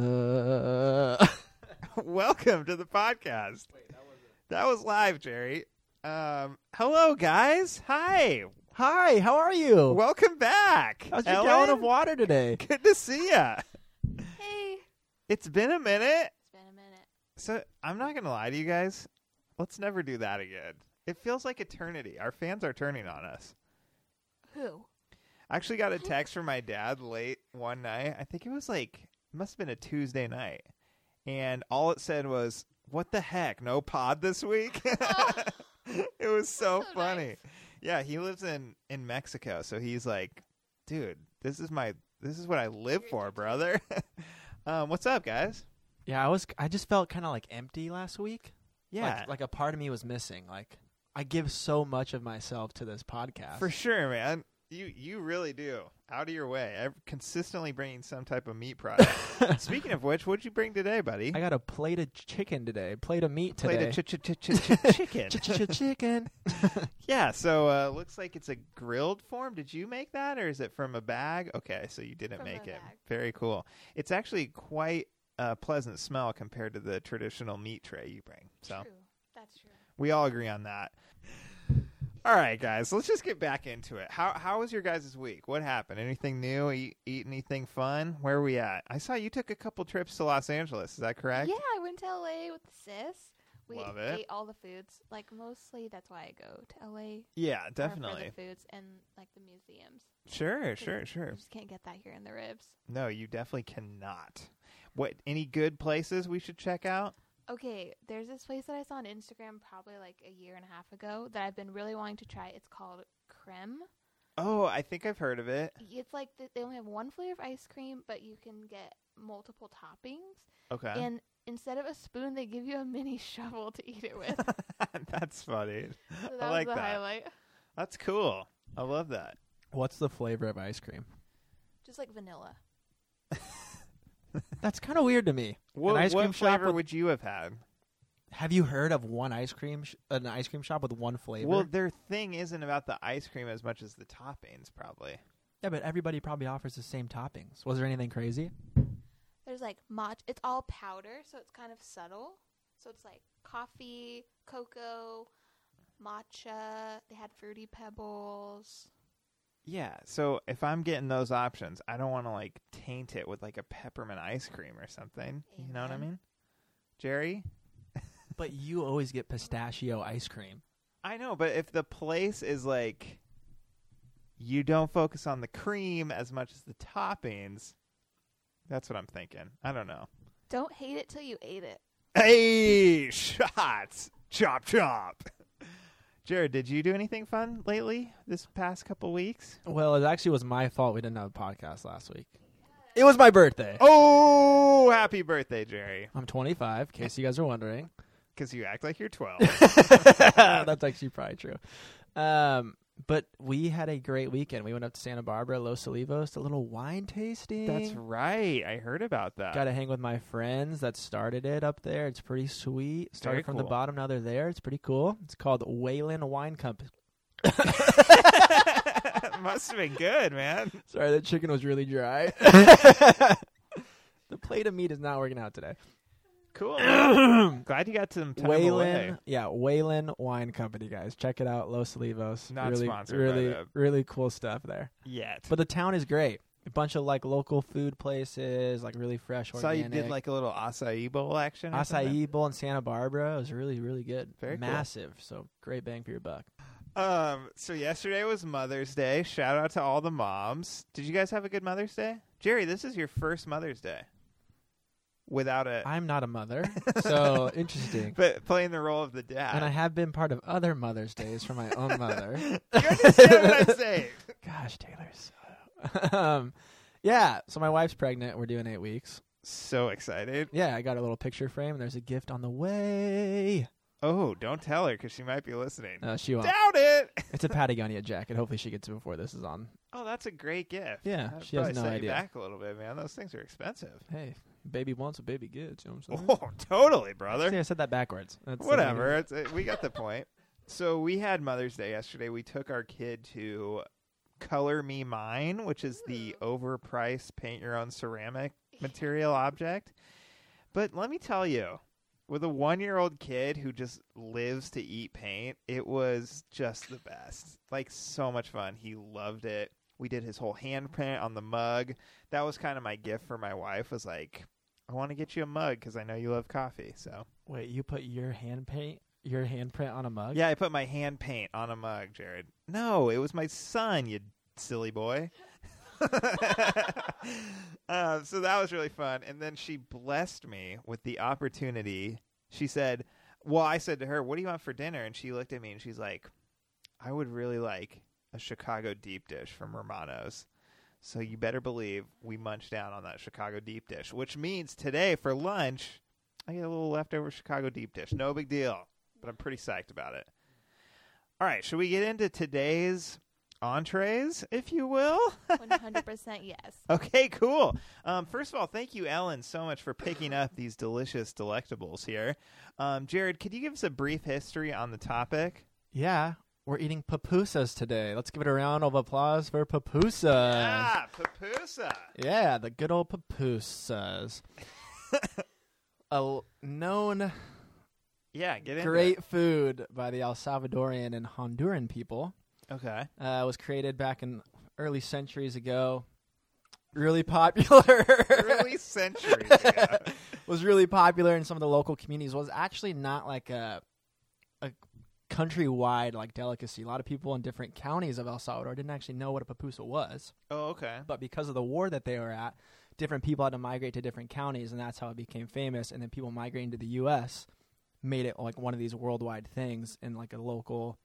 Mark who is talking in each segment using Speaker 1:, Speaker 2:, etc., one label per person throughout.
Speaker 1: Ba-ba-boosa.
Speaker 2: Welcome to the podcast. that, was live, Jerry. Um, hello, guys. Hi.
Speaker 1: Hi, how are you?
Speaker 2: Welcome back.
Speaker 1: Oh. How's your
Speaker 2: Ellen?
Speaker 1: gallon of water today?
Speaker 2: Good to see ya.
Speaker 3: Hey.
Speaker 2: It's been a minute.
Speaker 3: It's been a minute.
Speaker 2: So I'm not gonna lie to you guys. Let's never do that again. It feels like eternity. Our fans are turning on us.
Speaker 3: Who?
Speaker 2: I actually got a text from my dad late one night. I think it was like it must have been a Tuesday night, and all it said was, "What the heck? No pod this week."
Speaker 3: Oh,
Speaker 2: it was so,
Speaker 3: so
Speaker 2: funny.
Speaker 3: nice.
Speaker 2: Yeah, he lives in in Mexico, so he's like, "Dude, this is my this is what I live for, brother." um, what's up, guys?
Speaker 1: Yeah, I was. I just felt kind of like empty last week.
Speaker 2: Yeah,
Speaker 1: like, like a part of me was missing. Like I give so much of myself to this podcast.
Speaker 2: For sure, man. You you really do out of your way, ev- consistently bringing some type of meat product. Speaking of which, what'd you bring today, buddy?
Speaker 1: I got a plate of chicken today. Plate of meat
Speaker 2: Plate
Speaker 1: today.
Speaker 2: of ch- ch- ch- ch- chicken.
Speaker 1: chicken.
Speaker 2: yeah, so uh, looks like it's a grilled form. Did you make that, or is it from a bag? Okay, so you didn't
Speaker 3: From
Speaker 2: make
Speaker 3: a
Speaker 2: it.
Speaker 3: bag.
Speaker 2: Very cool. It's actually quite a pleasant smell compared to the traditional meat tray you bring. So
Speaker 3: True. That's true.
Speaker 2: we all agree on that. All right, guys, let's just get back into it. How how was your guys' week? What happened? Anything new? Eat, eat anything fun? Where are we at? I saw you took a couple trips to Los Angeles. Is that correct?
Speaker 3: Yeah, I went to LA with the sis. We
Speaker 2: Love it.
Speaker 3: ate all the foods. Like mostly that's why I go to LA. are
Speaker 2: Yeah,
Speaker 3: For
Speaker 2: definitely.
Speaker 3: the foods and like the museums.
Speaker 2: Sure,
Speaker 3: 'Cause
Speaker 2: sure,
Speaker 3: You
Speaker 2: sure.
Speaker 3: just can't get that here in the ribs.
Speaker 2: No, you definitely cannot. What any good places we should check out?
Speaker 3: Okay, there's this place that I saw on Instagram probably like a year and a half ago that I've been really wanting to try. It's called Creme.
Speaker 2: Oh, I think I've heard of it.
Speaker 3: It's like th- they only have one flavor of ice cream, but you can get multiple toppings.
Speaker 2: Okay.
Speaker 3: And instead of a spoon, they give you a mini shovel to eat it with.
Speaker 2: That's funny.
Speaker 3: So that
Speaker 2: I
Speaker 3: was
Speaker 2: like
Speaker 3: the
Speaker 2: that.
Speaker 3: highlight.
Speaker 2: That's cool. I love that.
Speaker 1: What's the flavor of ice cream?
Speaker 3: Just like vanilla.
Speaker 1: That's kind of weird to me.
Speaker 2: What,
Speaker 1: ice
Speaker 2: what
Speaker 1: cream shop
Speaker 2: flavor
Speaker 1: with-
Speaker 2: would you have had?
Speaker 1: Have you heard of one ice cream, sh- an ice cream shop with one flavor?
Speaker 2: Well, their thing isn't about the ice cream as much as the toppings, probably.
Speaker 1: yeah, but everybody probably offers the same toppings. Was there anything crazy?
Speaker 3: There's like matcha. It's all powder, so it's kind of subtle. So it's like coffee, cocoa, matcha. They had fruity pebbles.
Speaker 2: Yeah. So if I'm getting those options, I don't want to like taint it with like a peppermint ice cream or something. You know what I
Speaker 3: Amen.
Speaker 2: mean? Jerry?
Speaker 1: But you always get pistachio ice cream.
Speaker 2: I know, but if the place is like you don't focus on the cream as much as the toppings, that's what I'm thinking. I don't know.
Speaker 3: Don't hate it till you ate it.
Speaker 2: Hey, shots. Chop chop. Jared, did you do anything fun lately this past couple weeks?
Speaker 1: Well, it actually was my fault we didn't have a podcast last week. It was my birthday.
Speaker 2: Oh, happy birthday, Jerry.
Speaker 1: I'm 25, in case you guys are wondering.
Speaker 2: Because you act like you're 12.
Speaker 1: That's actually probably true. Um, but we had a great weekend. We went up to Santa Barbara, Los Olivos, a little wine tasting.
Speaker 2: That's right. I heard about that.
Speaker 1: Got to hang with my friends that started it up there. It's pretty sweet. Started
Speaker 2: Very
Speaker 1: from the
Speaker 2: cool.
Speaker 1: bottom, now they're there. It's pretty cool. It's called Wayland Wine Company.
Speaker 2: Must have been good, man.
Speaker 1: Sorry, that chicken was really dry. the plate of meat is not working out today.
Speaker 2: Cool. Glad you got some time away.
Speaker 1: Wayland, yeah, Wayland Wine Company, guys, check it out. Los Olivos,
Speaker 2: Not
Speaker 1: really,
Speaker 2: sponsored by
Speaker 1: really,
Speaker 2: them.
Speaker 1: really cool stuff there.
Speaker 2: Yet.
Speaker 1: But the town is great. A bunch of like local food places, like really fresh
Speaker 2: Saw
Speaker 1: organic.
Speaker 2: you did like a little acai bowl action. or something.
Speaker 1: acai bowl in Santa Barbara. It was really, really good.
Speaker 2: Very cool.
Speaker 1: massive. So great bang for your buck.
Speaker 2: Um. So yesterday was Mother's Day. Shout out to all the moms. Did you guys have a good Mother's Day, Jerry? This is your first Mother's Day without a,
Speaker 1: I'm not a mother, so interesting.
Speaker 2: but playing the role of the
Speaker 1: And I
Speaker 2: dad.
Speaker 1: have been part of other Mother's Days for my own mother.
Speaker 2: you understand what I'm saying?
Speaker 1: Gosh, Taylor's. um, yeah. So my wife's pregnant. We're doing eight weeks.
Speaker 2: So excited.
Speaker 1: Yeah, I got a little picture frame. There's a gift on the way.
Speaker 2: Oh, don't tell her because she might be listening.
Speaker 1: No, she won't.
Speaker 2: Doubt it.
Speaker 1: It's a Patagonia jacket. Hopefully, she gets it before this is on.
Speaker 2: Oh, that's a great gift.
Speaker 1: Yeah,
Speaker 2: That'd
Speaker 1: she has
Speaker 2: probably
Speaker 1: no
Speaker 2: set you
Speaker 1: idea.
Speaker 2: back a little bit, man. Those things are expensive.
Speaker 1: Hey, baby wants what baby gets. You know what I'm saying?
Speaker 2: Oh, totally, brother.
Speaker 1: See, I said that backwards. That's
Speaker 2: Whatever. uh, It's, it, we got the point. So we had Mother's Day yesterday. We took our kid to Color Me Mine, which is the overpriced paint your own ceramic material object. But let me tell you, with a one year old kid who just lives to eat paint, it was just the best. Like, so much fun. He loved it. We did his whole handprint on the mug. That was kind of my gift for my wife was like, I want to get you a mug because I know you love coffee. So,
Speaker 1: Wait, you put your hand paint, your handprint on a mug?
Speaker 2: yeah, I put my hand paint on a mug, Jared. No, it was my son, you silly boy. um, so that was really fun. And then she blessed me with the opportunity. She said, Well, I said to her, What do you want for dinner? And she looked at me and she's like, I would really like a Chicago deep dish from Romano's. So you better believe we munched down on that Chicago deep dish, which means today for lunch, I get a little leftover Chicago deep dish. No big deal, but I'm pretty psyched about it. All right, should we get into today's entrees, if you will?
Speaker 3: One hundred percent yes.
Speaker 2: Okay, cool. Um, first of all, thank you, Ellen, so much for picking up these delicious delectables here. Um, Jared, could you give us a brief history on the topic?
Speaker 1: Yeah, we're eating pupusas today. Let's give it a round of applause for pupusas. Yeah,
Speaker 2: ah, pupusa.
Speaker 1: the good old pupusas. a l- known
Speaker 2: Yeah, get into
Speaker 1: great food by the El Salvadorian and Honduran people
Speaker 2: It. Okay.
Speaker 1: uh, was created back in early centuries ago. Really popular.
Speaker 2: Early centuries ago.
Speaker 1: was really popular in some of the local communities. Was actually not like a a countrywide like delicacy. A lot of people in different counties of El Salvador didn't actually know what a pupusa was,
Speaker 2: Oh, okay.
Speaker 1: but because of the war that they were at, different people had to migrate to different counties, and that's how it became famous. And then people migrating to the U.S. made it like one of these worldwide things and like a local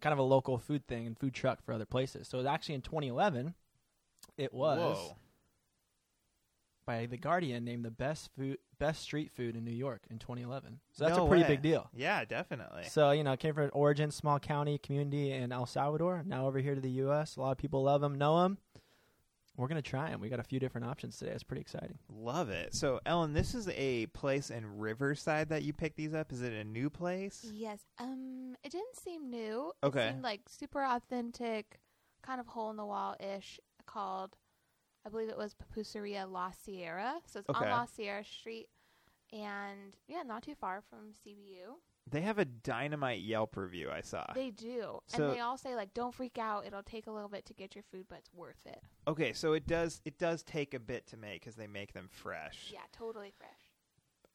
Speaker 1: kind of a local food thing and food truck for other places. So it actually in 2011 it was
Speaker 2: Whoa.
Speaker 1: by The Guardian named the best food best street food in New York in 2011. So that's
Speaker 2: No
Speaker 1: a pretty
Speaker 2: way.
Speaker 1: big deal.
Speaker 2: Yeah, definitely.
Speaker 1: So, you know, it came from an origin small county community in El Salvador, now over here to the US. A lot of people love them, know them. We're going to try them. We got a few different options today. It's pretty exciting.
Speaker 2: Love it. So, Ellen, this is a place in Riverside that you picked these up. Is it a new place?
Speaker 3: Yes. Um, it didn't seem new.
Speaker 2: Okay.
Speaker 3: It seemed like super authentic, kind of hole in the wall ish. Called, I believe it was Papuseria La Sierra. So it's
Speaker 2: Okay.
Speaker 3: on La Sierra Street, and yeah, not too far from CBU.
Speaker 2: They have a dynamite Yelp review I saw.
Speaker 3: They do,
Speaker 2: So-
Speaker 3: and they all say like, "Don't freak out. It'll take a little bit to get your food, but it's worth it."
Speaker 2: Okay, so it does it does take a bit to make cuz they make them fresh.
Speaker 3: Yeah, totally fresh.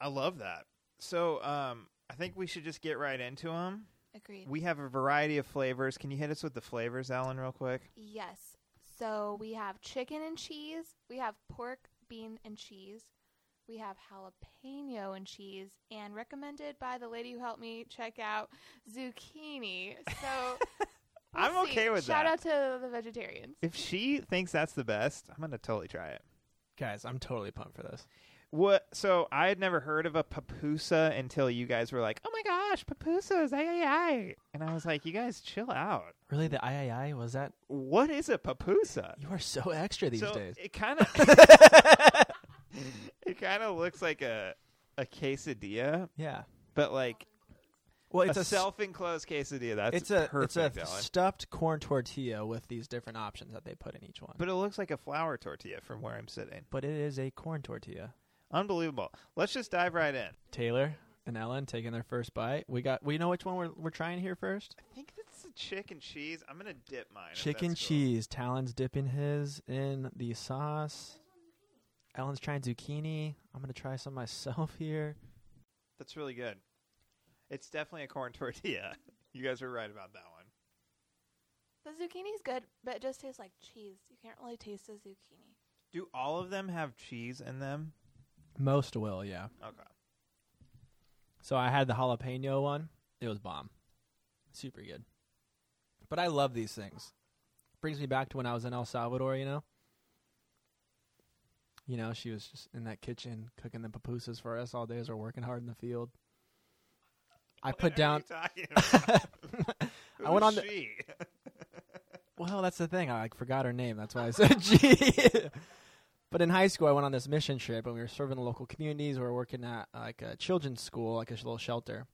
Speaker 2: I love that. So, um, I think we should just get right into them.
Speaker 3: Agreed.
Speaker 2: We have a variety of flavors. Can you hit us with the flavors, Alan, real quick?
Speaker 3: Yes. So we have chicken and cheese. We have pork, bean, and cheese. We have jalapeno and cheese, and recommended by the lady who helped me check out zucchini. So we'll
Speaker 2: I'm
Speaker 3: see.
Speaker 2: okay with
Speaker 3: Shout
Speaker 2: that.
Speaker 3: out to the vegetarians.
Speaker 2: If she thinks that's the best, I'm gonna totally try it.
Speaker 1: Guys, I'm totally pumped for this.
Speaker 2: What? So I had never heard of a papusa until you guys were like, "Oh my gosh, papusas!" Ay ay ay! And I was like, "You guys, chill out.
Speaker 1: Really, the III was that?
Speaker 2: What is a papusa?"
Speaker 1: You are so extra these
Speaker 2: so
Speaker 1: days.
Speaker 2: it kind of it kind of looks like a a quesadilla,
Speaker 1: yeah.
Speaker 2: but like
Speaker 1: Well, it's a,
Speaker 2: a,
Speaker 1: s-
Speaker 2: self-enclosed quesadilla. That's
Speaker 1: it's a
Speaker 2: perfect,
Speaker 1: it's a
Speaker 2: Alan.
Speaker 1: stuffed corn tortilla with these different options that they put in each one.
Speaker 2: But it looks like a flour tortilla from where I'm sitting.
Speaker 1: but it is a corn tortilla.
Speaker 2: Unbelievable. Let's just dive right in. I
Speaker 1: Taylor and Ellen taking their first bite. We got. We know which one we're we're trying here first.
Speaker 2: think that's the chicken cheese. I'm gonna dip mine. if
Speaker 1: Chicken
Speaker 2: that's cool.
Speaker 1: cheese. Talon's dipping his in the sauce. Ellen's trying zucchini. I'm gonna try some myself here.
Speaker 2: That's really good. It's definitely a corn tortilla. You guys were right about that one.
Speaker 3: The zucchini's good, but it just tastes like cheese. You can't really taste the zucchini.
Speaker 2: Do all of them have cheese in them?
Speaker 1: Most will, yeah.
Speaker 2: Okay.
Speaker 1: So I had the jalapeno one. It was bomb. Super good. But I love these things. Brings me back to when I was in El Salvador, you know? You know, she was just in that kitchen cooking the pupusas for us all day as we're working hard in the field. I put down
Speaker 2: What are you talking about?
Speaker 1: I went on
Speaker 2: Who's
Speaker 1: the-
Speaker 2: she?
Speaker 1: Well, that's the thing. I like, forgot her name. That's why I said G. but in high school, I went on this mission trip, and we were serving the local communities. We were working at like a children's school, like a sh- little shelter.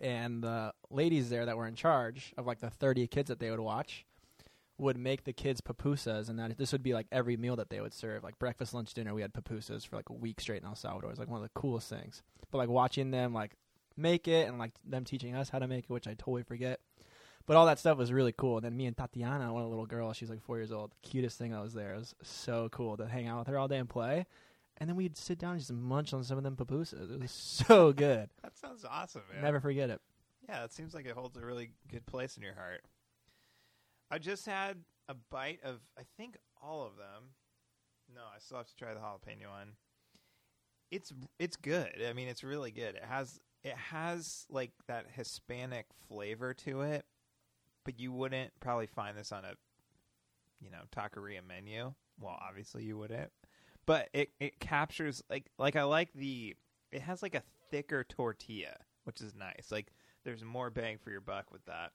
Speaker 1: And the ladies there that were in charge of like the 30 kids that they would watch would make the kids pupusas, and that this would be like every meal that they would serve, like breakfast, lunch, dinner. We had pupusas for like a week straight in El Salvador. It was like one of the coolest things. But like watching them like make it and like them teaching us how to make it, which I totally forget. But all that stuff was really cool. And then me and Tatiana, one little girl, she's like four years old, cutest thing that was there. It was so cool to hang out with her all day and play. And then we'd sit down and just munch on some of them pupusas. It was so good.
Speaker 2: That sounds awesome, man.
Speaker 1: Never forget it.
Speaker 2: Yeah, it seems like it holds a really good place in your heart. I just had a bite of, I think, all of them. No, I still have to try the jalapeno one. It's it's good. I mean, it's really good. It has it has like that Hispanic flavor to it, but you wouldn't probably find this on a you know taqueria menu. Well, obviously you wouldn't, but it it captures like like I like the it has like a thicker tortilla, which is nice. Like there's more bang for your buck with that.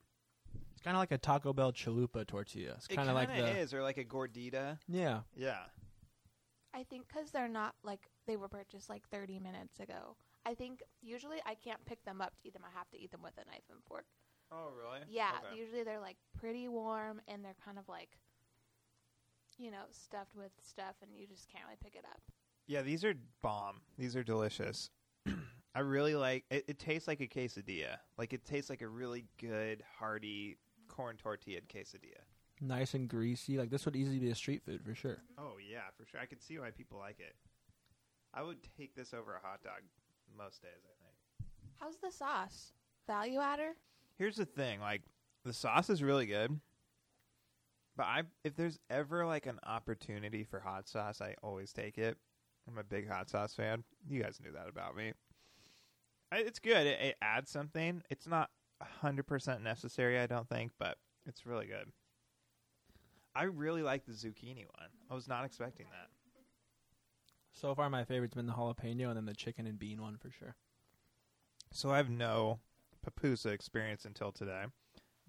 Speaker 1: It's kind of like a Taco Bell chalupa tortilla. It's
Speaker 2: It
Speaker 1: kind of like the
Speaker 2: is or like a gordita.
Speaker 1: yeah.
Speaker 2: Yeah,
Speaker 3: I think because they're not like they were purchased like 30 minutes ago. I think usually I can't pick them up to eat them. I have to eat them with a knife and fork.
Speaker 2: Oh, really?
Speaker 3: Yeah,
Speaker 2: Okay.
Speaker 3: usually they're like pretty warm and they're kind of like, you know, stuffed with stuff and you just can't really pick it up.
Speaker 2: Yeah, these are bomb. These are delicious. I really like it. It tastes like a quesadilla. Like it tastes like a really good, hearty corn tortilla quesadilla.
Speaker 1: nice and greasy. Like this would easily be a street food for sure.
Speaker 3: Mm-hmm.
Speaker 2: Oh yeah, for sure. I can see why people like it. I would take this over a hot dog most days. I think.
Speaker 3: How's the sauce? Value adder?
Speaker 2: Here's the thing: like the sauce is really good, but I if there's ever like an opportunity for hot sauce, I always take it. I'm a big hot sauce fan. You guys knew that about me. I, it's good. It, it adds something. It's not 100% necessary, I don't think, but it's really good. I really like the zucchini one. I was not expecting that.
Speaker 1: So far, my favorite's been the jalapeno and then the chicken and bean one for sure.
Speaker 2: So I have no papusa experience until today.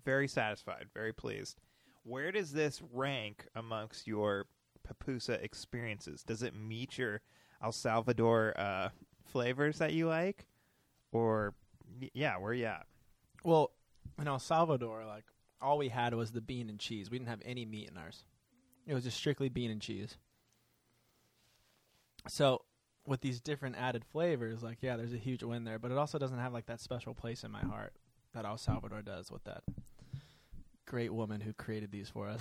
Speaker 2: Very satisfied, very pleased. Where does this rank amongst your papusa experiences? Does it meet your El Salvador uh, flavors that you like? Or, y- yeah, where you at?
Speaker 1: Well, in El Salvador, like all we had was the bean and cheese. We didn't have any meat in ours. It was just strictly bean and cheese. So, with these different added flavors, like yeah, there's a huge win there. But it also doesn't have like that special place in my heart that El Salvador does with that great woman who created these for us.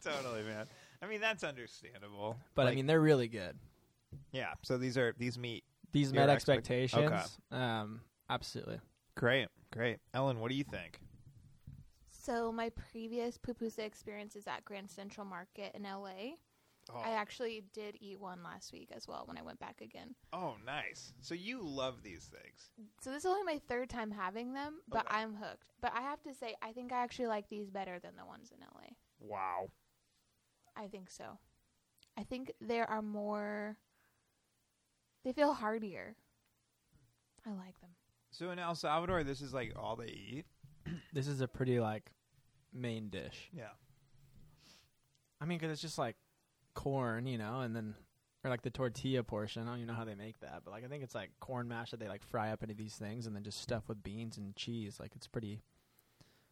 Speaker 2: totally, man. I mean, that's understandable.
Speaker 1: But I
Speaker 2: Like,
Speaker 1: mean, they're really good.
Speaker 2: yeah, so these are, these meet.
Speaker 1: These
Speaker 2: Your
Speaker 1: met
Speaker 2: expect-
Speaker 1: expectations. Um, absolutely.
Speaker 2: Great, great. Ellen, what do you think?
Speaker 3: So my previous pupusa experience is at Grand Central Market in LA. I
Speaker 2: Oh,
Speaker 3: actually did eat one last week as well when I went back again.
Speaker 2: oh, nice. So you love these things.
Speaker 3: So this is only my third time having them, but
Speaker 2: Okay.
Speaker 3: I'm hooked. But I have to say, I think I actually like these better than the ones in LA.
Speaker 2: Wow.
Speaker 3: I think so. I think there are more. They feel heartier. I like them.
Speaker 2: So in El Salvador, this is like all they eat?
Speaker 1: this is a pretty like main dish.
Speaker 2: Yeah.
Speaker 1: I mean, 'cause it's just like corn, you know, and then or like the tortilla portion. I don't even know how they make that, but like I think it's like corn mash that they like fry up into these things and then just stuff with beans and cheese. Like it's pretty,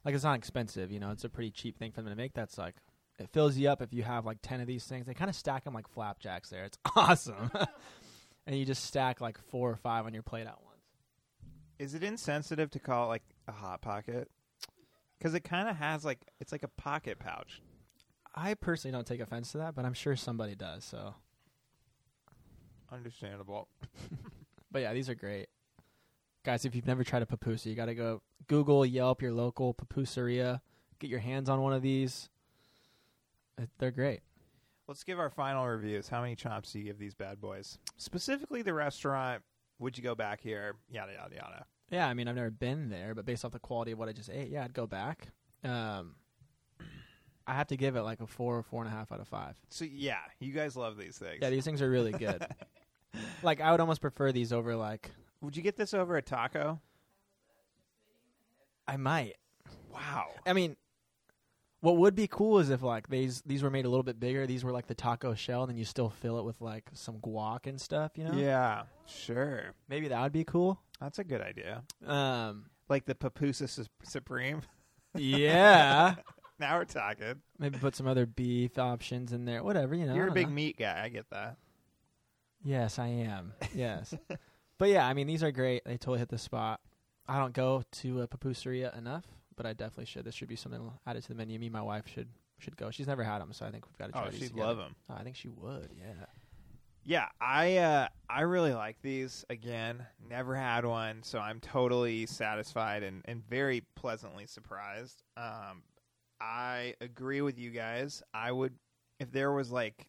Speaker 1: like it's not expensive, you know. It's a pretty cheap thing for them to make. That's like it fills you up if you have like ten of these things. They kind of stack them like flapjacks. There, it's awesome, and you just stack like four or five on your plate at once.
Speaker 2: Is it insensitive to call it like a hot pocket? Because it kind of has like it's like a pocket pouch.
Speaker 1: I personally don't take offense to that, but I'm sure somebody does. So.
Speaker 2: Understandable.
Speaker 1: But yeah, these are great. Guys, if you've never tried a pupusa, you got to go Google, Yelp, your local pupuseria. Get your hands on one of these. Uh, They're great.
Speaker 2: Let's give our final reviews. How many chomps do you give these bad boys? Specifically, the restaurant. Would you go back here? Yada yada yada.
Speaker 1: Yeah, I mean, I've never been there, but based off the quality of what I just ate, yeah, I'd go back. Um, I have to give it like a four or four and a half out of five.
Speaker 2: So yeah, you guys love these things.
Speaker 1: Yeah, these things are really good. like, I would almost prefer these over like
Speaker 2: Would you get this over a taco?
Speaker 1: I might.
Speaker 2: Wow.
Speaker 1: I mean, what would be cool is if like these these were made a little bit bigger. These were like the taco shell, and then you still fill it with like some guac and stuff. You know?
Speaker 2: Yeah, sure.
Speaker 1: Maybe that would be cool.
Speaker 2: That's a good idea.
Speaker 1: Um,
Speaker 2: Like the papusa su- supreme.
Speaker 1: yeah.
Speaker 2: now we're talking.
Speaker 1: Maybe put some other beef options in there. Whatever, you know.
Speaker 2: You're
Speaker 1: I
Speaker 2: a
Speaker 1: don't
Speaker 2: big
Speaker 1: know.
Speaker 2: meat guy. I get that.
Speaker 1: Yes, I am. Yes. but yeah, I mean, these are great. They totally hit the spot. I don't go to a pupuseria enough, but I definitely should. This should be something added to the menu. Me and my wife should should go. She's never had them, so I think we've got to try
Speaker 2: Oh,
Speaker 1: these
Speaker 2: she'd
Speaker 1: together.
Speaker 2: love him.
Speaker 1: Oh, I think she would, yeah.
Speaker 2: Yeah, I uh, I really like these. Again, never had one, so I'm totally satisfied and, and very pleasantly surprised. Um, I agree with you guys. I would, if there was like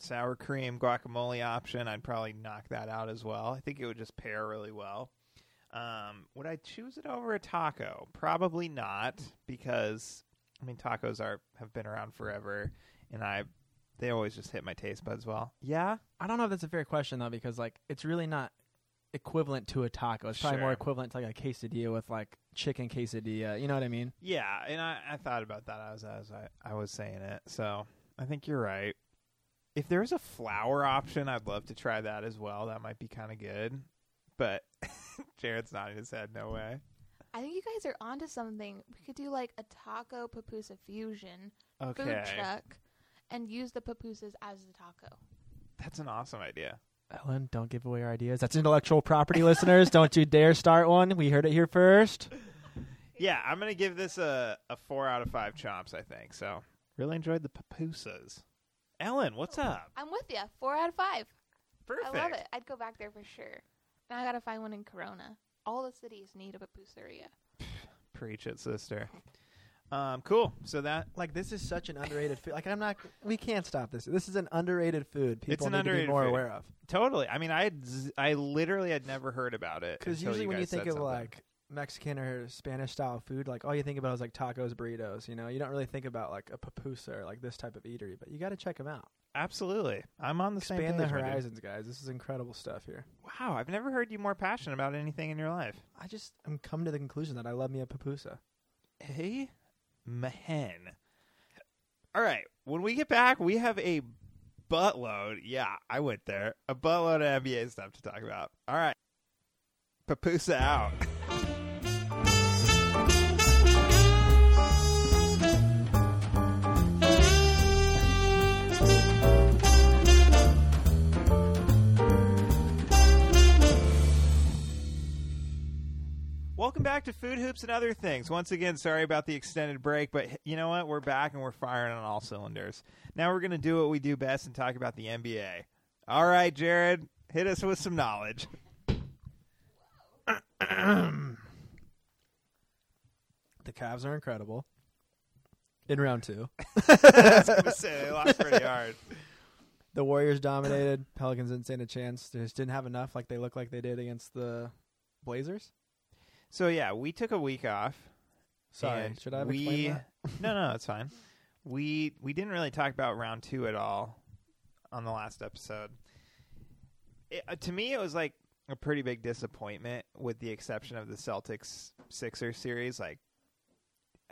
Speaker 2: sour cream guacamole option, I'd probably knock that out as well. I think it would just pair really well. Um, would I choose it over a taco? Probably not, because I mean tacos are have been around forever, and I they always just hit my taste buds well. Yeah.
Speaker 1: I don't know if that's a fair question though, because like it's really not equivalent to a taco. It's probably more
Speaker 2: Sure.
Speaker 1: equivalent to like a quesadilla with like chicken quesadilla. You know what I mean?
Speaker 2: Yeah, and I, I thought about that as, as I, I was saying it. So I think you're right. If there's a flour option, I'd love to try that as well. That might be kind of good. But Jared's nodding his head. No way.
Speaker 3: I think you guys are onto something. We could do like a taco pupusa fusion
Speaker 2: Okay,
Speaker 3: food truck and use the pupusas as the taco.
Speaker 2: that's an awesome idea.
Speaker 1: Ellen, don't give away our ideas. That's intellectual property, listeners. Don't you dare start one. We heard it here first.
Speaker 2: Yeah, I'm gonna give this a a four out of five chomps. I think so. Really enjoyed the pupusas. Ellen, what's up?
Speaker 3: I'm with you. Four out of five.
Speaker 2: Perfect.
Speaker 3: Oh. I love it. I'd go back there for sure. Now I gotta find one in Corona. All the cities need a pupuseria.
Speaker 2: Preach it, sister. Um, cool. So that
Speaker 1: Like this is such an underrated food. Like I'm not. We can't stop this. This is an underrated food. People
Speaker 2: an
Speaker 1: need to
Speaker 2: underrated
Speaker 1: be more
Speaker 2: food.
Speaker 1: aware of.
Speaker 2: Totally. I mean, I had z- I literally had never heard about it
Speaker 1: Because
Speaker 2: until
Speaker 1: usually when you
Speaker 2: guys
Speaker 1: think
Speaker 2: said
Speaker 1: of
Speaker 2: something.
Speaker 1: like Mexican or Spanish style food, like all you think about is like tacos, burritos. You know, you don't really think about like a pupusa or like this type of eatery. But you got to check them out.
Speaker 2: absolutely, I'm on the same
Speaker 1: Expand
Speaker 2: page.
Speaker 1: the
Speaker 2: my dude.
Speaker 1: horizons, guys. This is incredible stuff here.
Speaker 2: Wow, I've never heard you more passionate about anything in your life.
Speaker 1: I just am come to the conclusion that I love me a pupusa.
Speaker 2: Hey, Mahen. All right, when we get back, we have a buttload. Yeah, I went there. A buttload of NBA stuff to talk about. All right, Papusa out. Welcome back to Food Hoops and Other Things. Once again, sorry about the extended break, but you know what? We're back and we're firing on all cylinders. Now we're going to do what we do best and talk about the NBA. All right, Jared, hit us with some knowledge.
Speaker 1: The Cavs are incredible. In round two,
Speaker 2: I was going to say they lost pretty hard.
Speaker 1: the Warriors dominated. Pelicans didn't stand a chance. They just didn't have enough, like they looked like they did against the Blazers.
Speaker 2: So yeah, we took a week off.
Speaker 1: Sorry,
Speaker 2: and
Speaker 1: should I have
Speaker 2: we...
Speaker 1: explained that?
Speaker 2: no, no, it's fine. We we didn't really talk about round two at all on the last episode. It, uh, to me, it was like a pretty big disappointment, with the exception of the Celtics Sixer series. Like,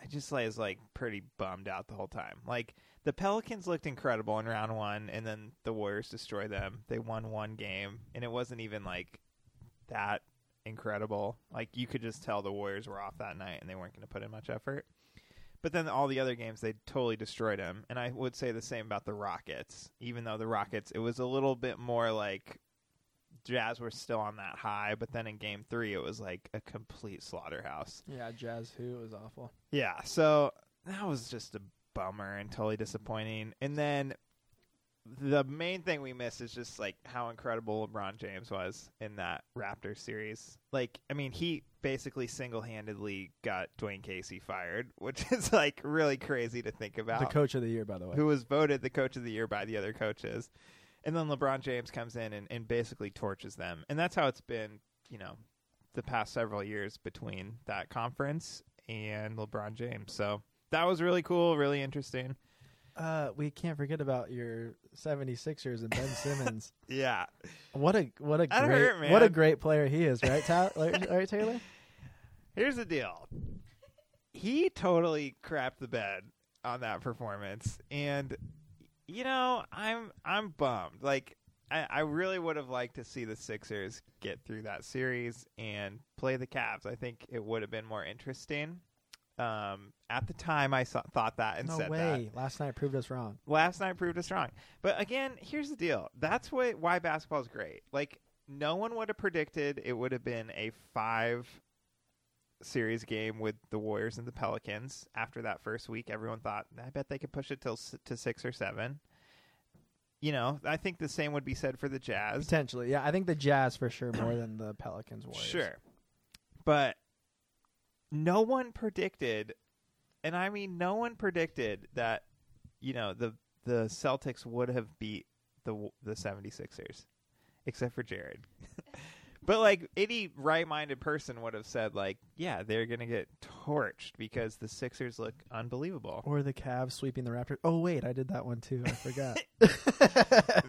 Speaker 2: I just like, was like pretty bummed out the whole time. Like the Pelicans looked incredible in round one, and then the Warriors destroyed them. They won one game, and it wasn't even like that incredible. Like you could just tell the Warriors were off that night, and they weren't going to put in much effort. But then all the other games, they totally destroyed him. And I would say the same about the Rockets, even though the Rockets, it was a little bit more like Jazz were still on that high. But then in game three, it was like a complete slaughterhouse.
Speaker 1: Yeah, Jazz who was awful.
Speaker 2: Yeah, so that was just a bummer and totally disappointing. And then the main thing we missed is just like how incredible LeBron James was in that Raptor series. Like, I mean, he basically single-handedly got Dwayne Casey fired, which is like really crazy to think about.
Speaker 1: The coach of the year, by the way.
Speaker 2: who was voted the coach of the year by the other coaches. And then LeBron James comes in and, and basically torches them. And that's how it's been, you know, the past several years between that conference and LeBron James. So that was really cool, really interesting.
Speaker 1: Uh, we can't forget about your 76ers and Ben Simmons.
Speaker 2: Yeah.
Speaker 1: What a what a
Speaker 2: That
Speaker 1: great
Speaker 2: hurt,
Speaker 1: what a
Speaker 2: man.
Speaker 1: great player he is, right, Ta- like, right Taylor?
Speaker 2: Here's the deal. He totally crapped the bed on that performance, and you know I'm I'm bummed. Like I, I really would have liked to see the Sixers get through that series and play the Cavs. I think it would have been more interesting. Um, at the time, I saw, thought that and
Speaker 1: no
Speaker 2: said that
Speaker 1: way. Last night proved us wrong.
Speaker 2: last night proved us wrong. But again, here's the deal. That's what why basketball is great. Like no one would have predicted it would have been a five series game with the Warriors and the Pelicans after that first week. Everyone thought, I bet they could push it till s- to six or seven. You know, I think the same would be said for the Jazz.
Speaker 1: Potentially, yeah. I think the Jazz for sure more than the Pelicans. Warriors.
Speaker 2: Sure. But no one predicted and I mean no one predicted that you know the the Celtics would have beat the the 76ers except for Jared. but like any right-minded person would have said like yeah, they're going to get torched because the Sixers look unbelievable.
Speaker 1: Or the Cavs sweeping the Raptors. Oh wait, I did that one too. I forgot.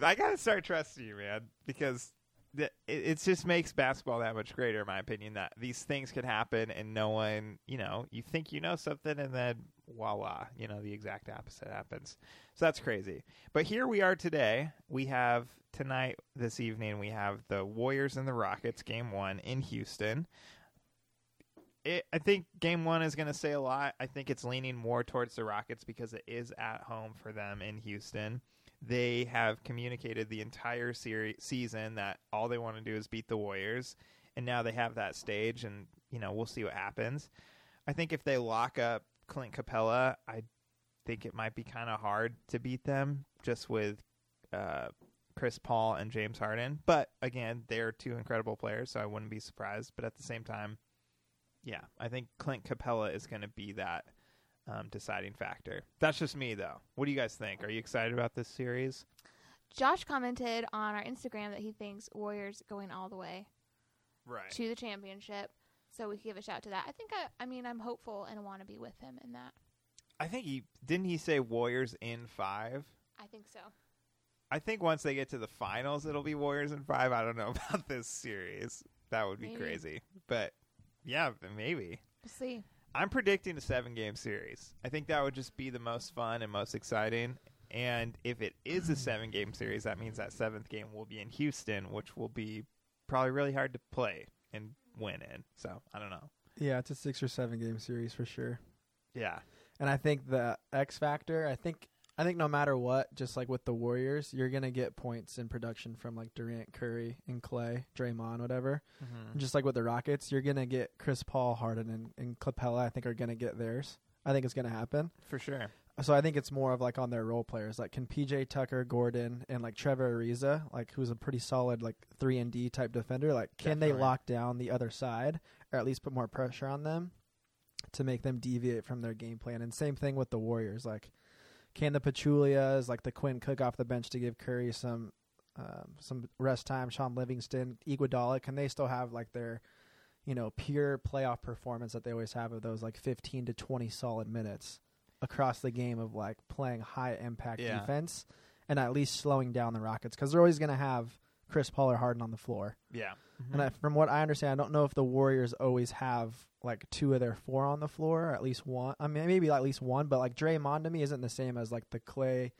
Speaker 2: I got to start trusting you, man, because the, it, it just makes basketball that much greater, in my opinion. That these things could happen, and no one, you know, you think you know something, and then voila, you know, the exact opposite happens. So that's crazy. But here we are today. We have tonight, this evening, we have the Warriors and the Rockets, game one in Houston. It, I think game one is going to say a lot. I think it's leaning more towards the Rockets because it is at home for them in Houston they have communicated the entire series season that all they want to do is beat the Warriors, and now they have that stage, and you know we'll see what happens. I think if they lock up Clint Capella, I think it might be kind of hard to beat them just with uh, Chris Paul and James Harden. But again, they're two incredible players, so I wouldn't be surprised. But at the same time, yeah, I think Clint Capella is going to be that um, deciding factor. That's just me, though. What do you guys think? Are you excited about this series?
Speaker 3: Josh commented on our Instagram that he thinks Warriors going all the way
Speaker 2: Right.
Speaker 3: to the championship. So we could give a shout to that. I think I, I mean I'm hopeful and want to be with him in that.
Speaker 2: I think he didn't he say Warriors in five.
Speaker 3: I think so.
Speaker 2: I think once they get to the finals, it'll be Warriors in five. I don't know about this series. That would be
Speaker 3: Maybe.
Speaker 2: crazy, but yeah, maybe.
Speaker 3: We'll see.
Speaker 2: I'm predicting a seven game series. I think that would just be the most fun and most exciting. And if it is a seven game series, that means that seventh game will be in Houston, which will be probably really hard to play and win in. So I don't know.
Speaker 1: yeah, it's a six or seven game series for sure.
Speaker 2: Yeah.
Speaker 1: And I think the X factor. I think I think no matter what, just like with the Warriors, you're gonna get points in production from like Durant, Curry, and Clay, Draymond, whatever.
Speaker 2: Mm-hmm.
Speaker 1: And just like with the Rockets, you're gonna get Chris Paul, Harden, and, and Capella. I think are gonna get theirs. I think it's gonna happen.
Speaker 2: For sure.
Speaker 1: So I think it's more of like on their role players. Like can PJ Tucker, Gordon, and like Trevor Ariza, like who's a pretty solid like three and D type defender, like can they
Speaker 2: Definitely.
Speaker 1: lock down the other side or at least put more pressure on them to make them deviate from their game plan? And same thing with the Warriors. Like can the Pachulias, like the Quinn Cook off the bench to give Curry some um, some rest time, Sean Livingston, Iguodala, can they still have like their you know pure playoff performance that they always have of those like 15 to 20 solid minutes across the game of like playing high impact
Speaker 2: Yeah.
Speaker 1: defense and at least slowing down the Rockets because they're always going to have Chris Paul or Harden on the floor.
Speaker 2: Yeah.
Speaker 1: And I, from what I understand, I don't know if the Warriors always have like two of their four on the floor, or at least one. I mean, maybe at least one, but like Draymond to me isn't the same as like the Clay,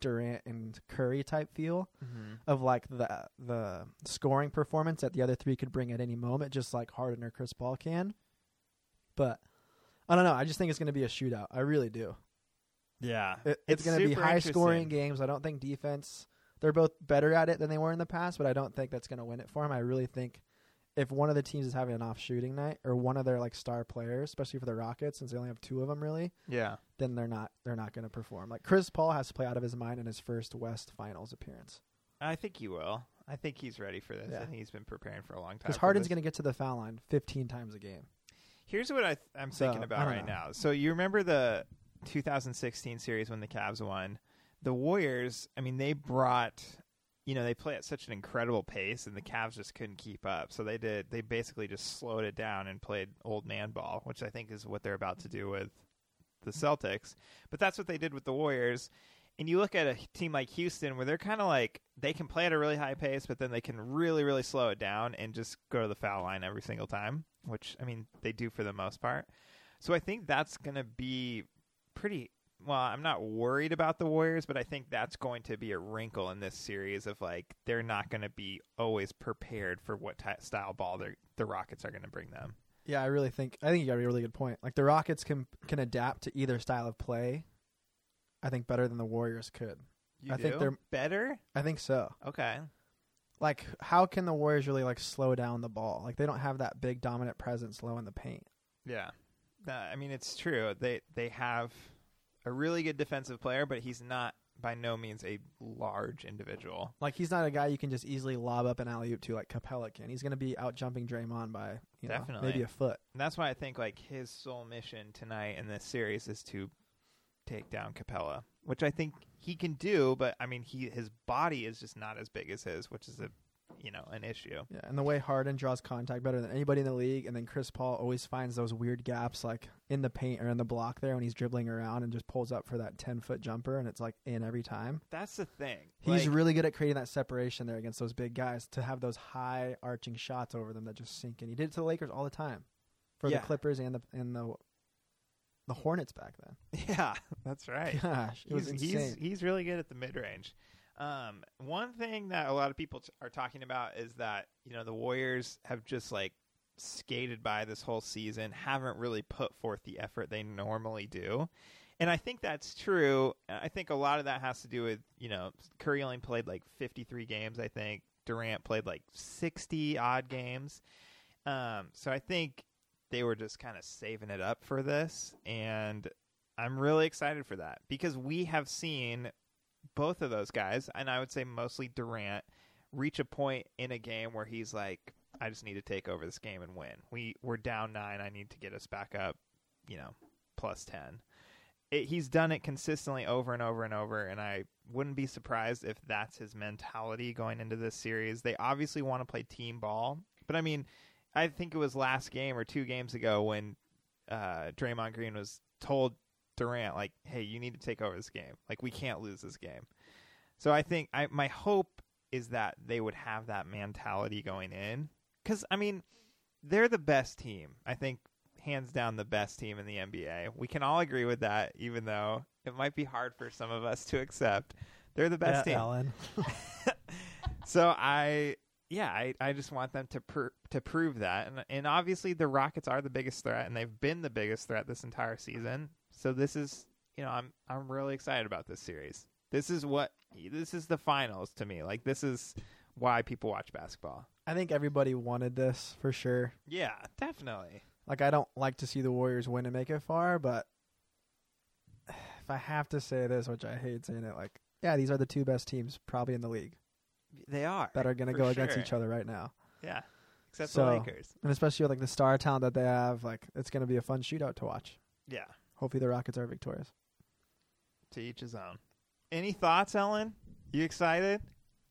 Speaker 1: Durant, and Curry type feel
Speaker 2: mm-hmm.
Speaker 1: of like the the scoring performance that the other three could bring at any moment, just like Harden or Chris Paul can. But I don't know. I just think it's going to be a shootout. I really do.
Speaker 2: Yeah.
Speaker 1: It, it's, going to be
Speaker 2: Uh, super
Speaker 1: high scoring
Speaker 2: interesting.
Speaker 1: games. I don't think defense. They're both better at it than they were in the past, but I don't think that's going to win it for them. I really think if one of the teams is having an off shooting night or one of their like star players, especially for the Rockets, since they only have two of them really,
Speaker 2: Yeah.
Speaker 1: then they're not they're not going to perform. Like Chris Paul has to play out of his mind in his first West Finals appearance
Speaker 2: I think he will. I think he's ready for this,
Speaker 1: Yeah.
Speaker 2: and he's been preparing for a long time.
Speaker 1: because
Speaker 2: for
Speaker 1: Harden's
Speaker 2: this.
Speaker 1: going to get to the foul line 15 times a game.
Speaker 2: Here's what I th- I'm
Speaker 1: So,
Speaker 2: thinking
Speaker 1: I
Speaker 2: about
Speaker 1: don't
Speaker 2: right
Speaker 1: know.
Speaker 2: now. So you remember the 2016 series when the Cavs won? The Warriors, I mean, they brought, you know, they play at such an incredible pace, and the Cavs just couldn't keep up. So they did. They basically just slowed it down and played old man ball, which I think is what they're about to do with the Celtics. But that's what they did with the Warriors. And you look at a team like Houston where they're kind of like they can play at a really high pace, but then they can really, really slow it down and just go to the foul line every single time, which I mean, they do for the most part. So I think that's going to be pretty. Well, I'm not worried about the Warriors, but I think that's going to be a wrinkle in this series of like they're not going to be always prepared for what ty- style ball they're- the Rockets are going to bring them.
Speaker 1: Yeah, I really think I think you got a really good point. Like the Rockets can can adapt to either style of play. I think better than the Warriors could.
Speaker 2: You
Speaker 1: I think
Speaker 2: do?
Speaker 1: they're-
Speaker 2: better.
Speaker 1: I think so.
Speaker 2: Okay.
Speaker 1: Like how can the Warriors really like slow down the ball? Like they don't have that big dominant presence low in the paint.
Speaker 2: Yeah. No, I mean it's true. They they have a really good defensive player, but he's not by no means a large individual.
Speaker 1: Like he's not a guy you can just easily lob up an alley oop to like Capella can. He's going to be out jumping Draymond by you know,
Speaker 2: Definitely.
Speaker 1: maybe a foot.
Speaker 2: And that's why I think like his sole mission tonight in this series is to take down Capella, which I think he can do, but I mean he his body is just not as big as his, which is a you know, an issue.
Speaker 1: Yeah, and the way Harden draws contact better than anybody in the league, and then Chris Paul always finds those weird gaps like in the paint or in the block there when he's dribbling around and just pulls up for that ten foot jumper, and it's like in every time.
Speaker 2: That's the thing.
Speaker 1: He's
Speaker 2: Like,
Speaker 1: really good at creating that separation there against those big guys to have those high arching shots over them that just sink in. He did it to the Lakers all the time, for
Speaker 2: Yeah.
Speaker 1: the Clippers and the and the the Hornets back then.
Speaker 2: Yeah, that's right.
Speaker 1: Gosh, it was
Speaker 2: he's,
Speaker 1: insane.
Speaker 2: he's he's really good at the mid range. Um, one thing that a lot of people t- are talking about is that you know the Warriors have just like skated by this whole season, haven't really put forth the effort they normally do, and I think that's true. I think a lot of that has to do with you know Curry only played like fifty three games. I think Durant played like sixty odd games. Um, so I think they were just kind of saving it up for this, and I'm really excited for that because we have seen both of those guys, and I would say mostly Durant, reach a point in a game where he's like, I just need to take over this game and win. We we're down nine. I need to get us back up, you know, plus ten. It, he's done it consistently over and over and over, and I wouldn't be surprised if that's his mentality going into this series. They obviously want to play team ball, but I mean, I think it was last game or two games ago when uh, Draymond Green was told Durant, like, hey, you need to take over this game. Like, we can't lose this game. So I think I my hope is that they would have that mentality going in because I mean, they're the best team. I think hands down the best team in the NBA. We can all agree with that, even though it might be hard for some of us to accept. They're the best
Speaker 1: Yeah,
Speaker 2: team.
Speaker 1: Allen.
Speaker 2: So I yeah, I, I just want them to pr- to prove that. And and obviously the Rockets are the biggest threat and they've been the biggest threat this entire season. So this is, you know, I'm I'm really excited about this series. This is what this is the finals to me. Like this is why people watch basketball.
Speaker 1: I think everybody wanted this for sure.
Speaker 2: Yeah, definitely.
Speaker 1: Like I don't like to see the Warriors win and make it far, but if I have to say this, which I hate saying it, like yeah, these are the two best teams probably in the league
Speaker 2: They are.
Speaker 1: that are going to
Speaker 2: For
Speaker 1: go against
Speaker 2: sure.
Speaker 1: each other right now,
Speaker 2: Yeah. Except
Speaker 1: So-
Speaker 2: the Lakers.
Speaker 1: and especially with like the star talent that they have, like it's going to be a fun shootout to watch.
Speaker 2: Yeah.
Speaker 1: Hopefully, the Rockets are victorious.
Speaker 2: To each his own. Any thoughts, Ellen? You excited?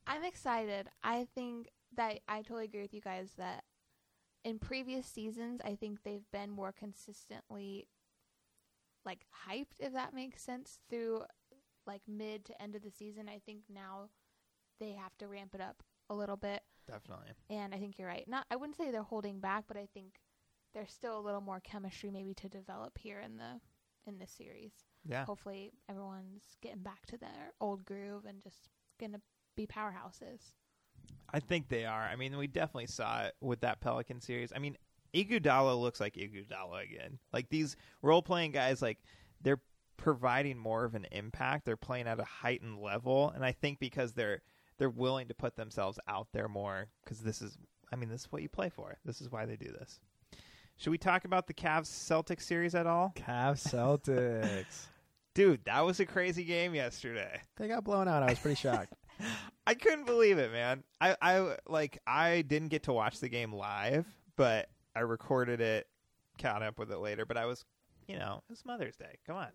Speaker 3: I'm excited. I think that I totally agree with you guys that in previous seasons, I think they've been more consistently like hyped, if that makes sense, through like mid to end of the season. I think now they have to ramp it up a little bit.
Speaker 2: Definitely.
Speaker 3: And I think you're right. Not, I wouldn't say they're holding back, but I think there's still a little more chemistry maybe to develop here in the in this series.
Speaker 2: Yeah.
Speaker 3: Hopefully, everyone's getting back to their old groove and just gonna be powerhouses.
Speaker 2: I think they are. I mean, we definitely saw it with that Pelican series. I mean, Iguodala looks like Iguodala again. Like these role playing guys, like they're providing more of an impact. They're playing at a heightened level, and I think because they're they're willing to put themselves out there more because this is, I mean, this is what you play for. This is why they do this. Should we talk about the Cavs Celtics series at all,
Speaker 1: Cavs Celtics.
Speaker 2: dude? That was a crazy game yesterday.
Speaker 1: they got blown out. I was pretty shocked.
Speaker 2: I couldn't believe it, man. I, I like I didn't get to watch the game live, but I recorded it, caught up with it later. But I was, you know, it was Mother's Day. Come on.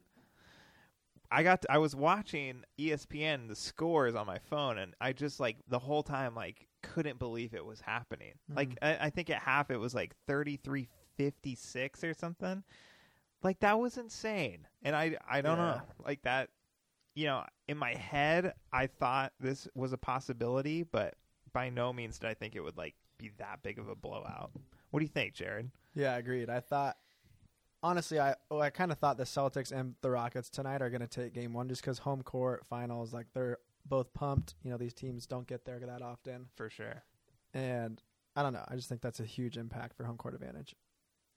Speaker 2: I got to- I was watching E ESPN the scores on my phone, and I just like the whole time like couldn't believe it was happening. Like I, I think at half it was like thirty three fifty six or something. Like that was insane, and I I don't
Speaker 1: Yeah.
Speaker 2: know like that you know, in my head, I thought this was a possibility, but by no means did I think it would like be that big of a blowout. What do you think, Jared?
Speaker 1: yeah, agreed. I thought honestly, I oh, I kind of thought the Celtics and the Rockets tonight are going to take Game One just because home court finals. Like they're both pumped. You know, these teams don't get there that often,
Speaker 2: For sure.
Speaker 1: and I don't know. I just think that's a huge impact for home court advantage.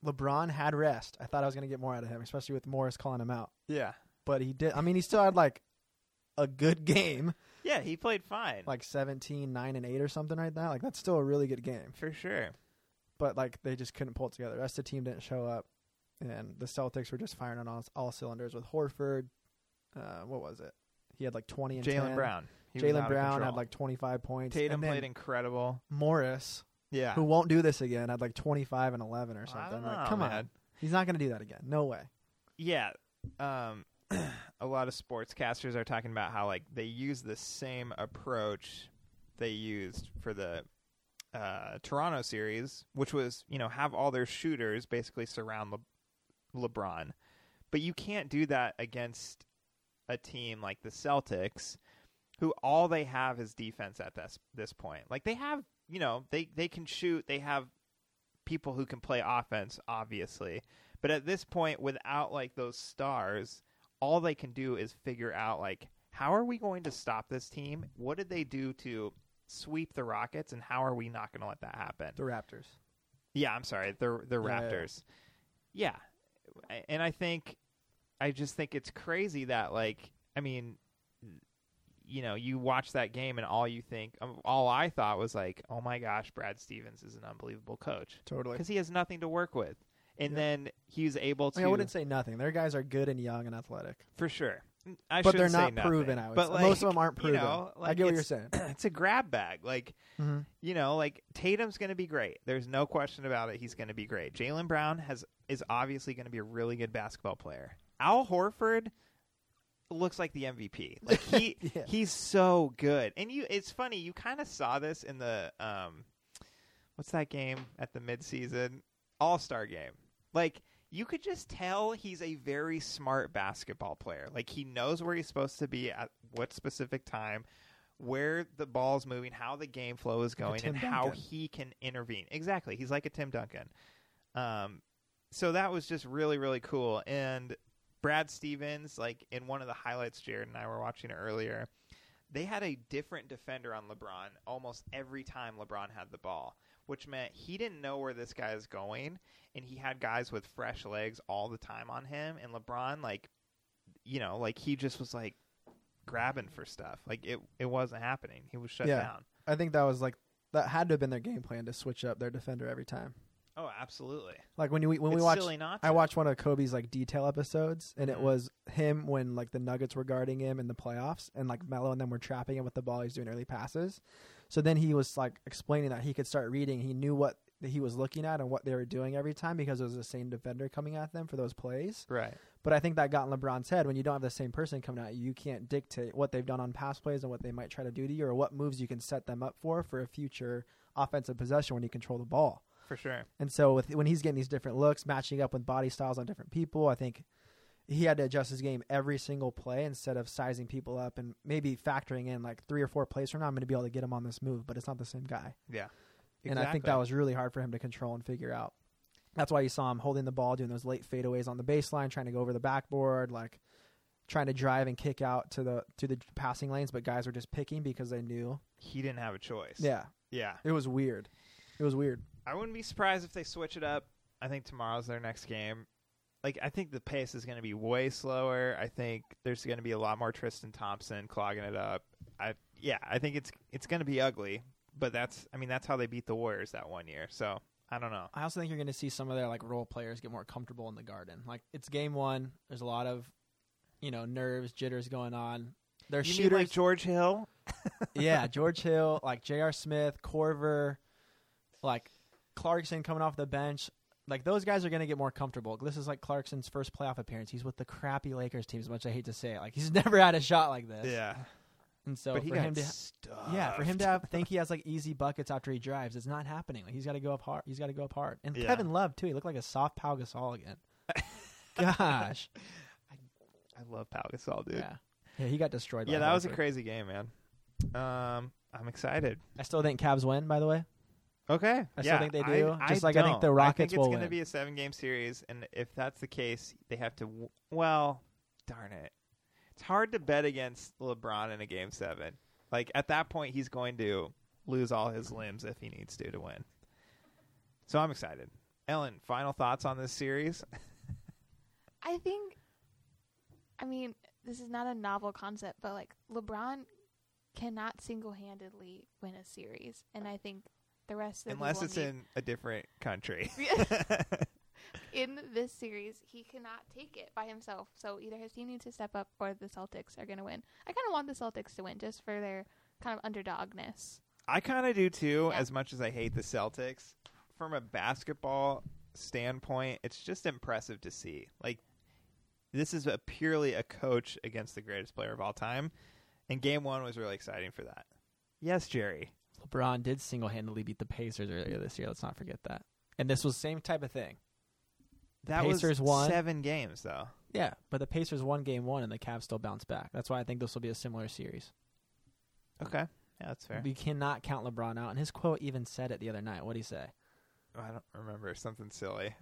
Speaker 1: LeBron had rest. I thought I was going to get more out of him, especially with Morris calling him out.
Speaker 2: Yeah.
Speaker 1: But he did. I mean, he still had like a good game,
Speaker 2: Yeah, he played fine.
Speaker 1: like 17, 9, and 8 or something like that. Like, that's still a really good game.
Speaker 2: for sure.
Speaker 1: But, like, they just couldn't pull it together. The rest of the team didn't show up. And the Celtics were just firing on all, all cylinders with Horford. Uh, what was it? He had like 20 and 10.
Speaker 2: Jalen Brown. He was out
Speaker 1: Jalen
Speaker 2: of
Speaker 1: Brown
Speaker 2: control.
Speaker 1: had like 25 points.
Speaker 2: Tatum
Speaker 1: and then
Speaker 2: played incredible.
Speaker 1: Morris,
Speaker 2: Yeah.
Speaker 1: who won't do this again, had like 25 and 11 or
Speaker 2: I
Speaker 1: something.
Speaker 2: don't
Speaker 1: Like,
Speaker 2: know,
Speaker 1: come on.
Speaker 2: man.
Speaker 1: He's not going to do that again. No way.
Speaker 2: Yeah. Um a lot of sportscasters are talking about how like they use the same approach they used for the uh Toronto series, which was, you know, have all their shooters basically surround Le- LeBron. But you can't do that against a team like the Celtics who all they have is defense at this this point. Like they have, you know, they they can shoot, they have people who can play offense obviously. But at this point without like those stars, all they can do is figure out like how are we going to stop this team? What did they do to sweep the Rockets and how are we not going to let that happen?
Speaker 1: The Raptors.
Speaker 2: Yeah, I'm sorry. The the
Speaker 1: Yeah, yeah.
Speaker 2: Raptors. Yeah. I- And I think I just think it's crazy that like I mean you know, you watch that game and all you think um, all I thought was like, "Oh my gosh, Brad Stevens is an unbelievable coach."
Speaker 1: Totally.
Speaker 2: Cuz he has nothing to work with. And
Speaker 1: Yeah.
Speaker 2: then he was able
Speaker 1: I,
Speaker 2: to
Speaker 1: mean, I wouldn't say nothing. Their guys are good and young and athletic,
Speaker 2: for sure. I
Speaker 1: but they're
Speaker 2: shouldn't say
Speaker 1: not proven. I
Speaker 2: nothing,
Speaker 1: would
Speaker 2: but
Speaker 1: say.
Speaker 2: like,
Speaker 1: most of them aren't
Speaker 2: you
Speaker 1: proven.
Speaker 2: know,
Speaker 1: I
Speaker 2: like,
Speaker 1: get what you're
Speaker 2: it's-
Speaker 1: saying.
Speaker 2: it's a grab bag. Like
Speaker 1: hmm
Speaker 2: you know, like Tatum's going to be great. There's no question about it. He's going to be great. Jalen Brown has is obviously going to be a really good basketball player. Al Horford looks like the MVP. Like he
Speaker 1: Yeah.
Speaker 2: he's so good. And you, it's funny. You kind of saw this in the um, what's that game at the midseason All Star game? Like you could just tell he's a very smart basketball player. Like he knows where he's supposed to be at what specific time, where the ball's moving, how the game flow is
Speaker 1: Like a
Speaker 2: going,
Speaker 1: Tim
Speaker 2: and how
Speaker 1: Duncan.
Speaker 2: he can intervene. Exactly. He's like a Tim Duncan. Um, so that was just really really cool. And Brad Stevens, like in one of the highlights, Jared and I were watching earlier. They had a different defender on LeBron almost every time LeBron had the ball, which meant he didn't know where this guy is going and he had guys with fresh legs all the time on him and LeBron like you know like he just was like grabbing for stuff like it it wasn't happening he was shut
Speaker 1: Yeah.
Speaker 2: down
Speaker 1: I think that was like that had to have been their game plan to switch up their defender every time.
Speaker 2: oh absolutely
Speaker 1: Like when you when we
Speaker 2: it's
Speaker 1: watch,
Speaker 2: silly not to.
Speaker 1: I watched one of Kobe's like detail episodes, and it
Speaker 2: Mhm.
Speaker 1: was him when like the Nuggets were guarding him in the playoffs, and like Melo and them were trapping him with the ball. He's doing early passes, so then he was like explaining that he could start reading. He knew what he was looking at and what they were doing every time because it was the same defender coming at them for those plays.
Speaker 2: right
Speaker 1: But I think that got in LeBron's head. When you don't have the same person coming at you, you can't dictate what they've done on past plays and what they might try to do to you, or what moves you can set them up for for a future offensive possession when you control the ball.
Speaker 2: for sure
Speaker 1: And so with when he's getting these different looks, matching up with body styles on different people, I think he had to adjust his game every single play instead of sizing people up and maybe factoring in like three or four plays from now I'm going to be able to get him on this move, but it's not the same guy.
Speaker 2: yeah
Speaker 1: And I think
Speaker 2: Exactly.
Speaker 1: that was really hard for him to control and figure out. That's why you saw him holding the ball, doing those late fadeaways on the baseline, trying to go over the backboard, like trying to drive and kick out to the to the passing lanes, but guys were just picking because they knew.
Speaker 2: he didn't have a choice
Speaker 1: Yeah,
Speaker 2: yeah
Speaker 1: it was weird. It was weird.
Speaker 2: I wouldn't be surprised if they switch it up. I think tomorrow's their next game. Like I think the pace is going to be way slower. I think there's going to be a lot more Tristan Thompson clogging it up. I yeah, I think it's it's going to be ugly, but that's I mean that's how they beat the Warriors that one year. So, I don't know.
Speaker 1: I also think you're going to see some of their like role players get more comfortable in the garden. Like it's game one. There's a lot of you know nerves, jitters going on. Their
Speaker 2: you
Speaker 1: shooters,
Speaker 2: mean like George Hill?
Speaker 1: yeah, George Hill, like J.R. Smith, Corver, like Clarkson coming off the bench. Like those guys are going to get more comfortable. This is like Clarkson's first playoff appearance. He's with the crappy Lakers team. As much as I hate to say it, like he's never had a shot like this.
Speaker 2: Yeah.
Speaker 1: and so
Speaker 2: but he
Speaker 1: for
Speaker 2: got
Speaker 1: him to
Speaker 2: stuffed.
Speaker 1: yeah, for him to have, think he has like easy buckets after he drives, it's not happening. Like he's got to go up hard. He's got to go up hard. And
Speaker 2: Yeah.
Speaker 1: Kevin Love too. He looked like a soft Pau Gasol again. Gosh,
Speaker 2: I love Pau Gasol, dude.
Speaker 1: yeah, yeah. He got destroyed.
Speaker 2: yeah
Speaker 1: by
Speaker 2: that was a
Speaker 1: Horford.
Speaker 2: crazy game, man. Um I'm excited.
Speaker 1: I still think Cavs win. By the way,
Speaker 2: Okay.
Speaker 1: I still
Speaker 2: yeah,
Speaker 1: think they do, just like I think
Speaker 2: don't.
Speaker 1: the Rockets
Speaker 2: I think
Speaker 1: will
Speaker 2: it's going to
Speaker 1: win.
Speaker 2: be a seven-game series, and if that's the case, they have to. W- well, darn it, it's hard to bet against LeBron in a game seven. Like at that point, he's going to lose all his limbs if he needs to to win. So I'm excited. Ellen, final thoughts on this series?
Speaker 3: I think, I mean, this is not a novel concept, but like LeBron cannot single handedly win a series, and I think the rest of the
Speaker 2: Uh, Unless
Speaker 3: people
Speaker 2: it's
Speaker 3: need-
Speaker 2: in a different country.
Speaker 3: in this series, he cannot take it by himself. So either his team needs to step up, or the Celtics are going to win. I kind of want the Celtics to win just for their kind of underdogness.
Speaker 2: I kind of do too,
Speaker 3: Yeah.
Speaker 2: as much as I hate the Celtics. From a basketball standpoint, it's just impressive to see. Like, this is a purely a coach against the greatest player of all time. And game one was really exciting for that. Yes, Jerry.
Speaker 1: LeBron did single handedly beat the Pacers earlier this year. Let's not forget that. And this was same type of thing.
Speaker 2: That
Speaker 1: Pacers
Speaker 2: was
Speaker 1: won.
Speaker 2: seven games, though.
Speaker 1: Yeah, but the Pacers won game one and the Cavs still bounced back. That's why I think this will be a similar series.
Speaker 2: Okay. Yeah, that's fair.
Speaker 1: We cannot count LeBron out. And his quote even said it the other night. What would he say?
Speaker 2: I don't remember. Something silly.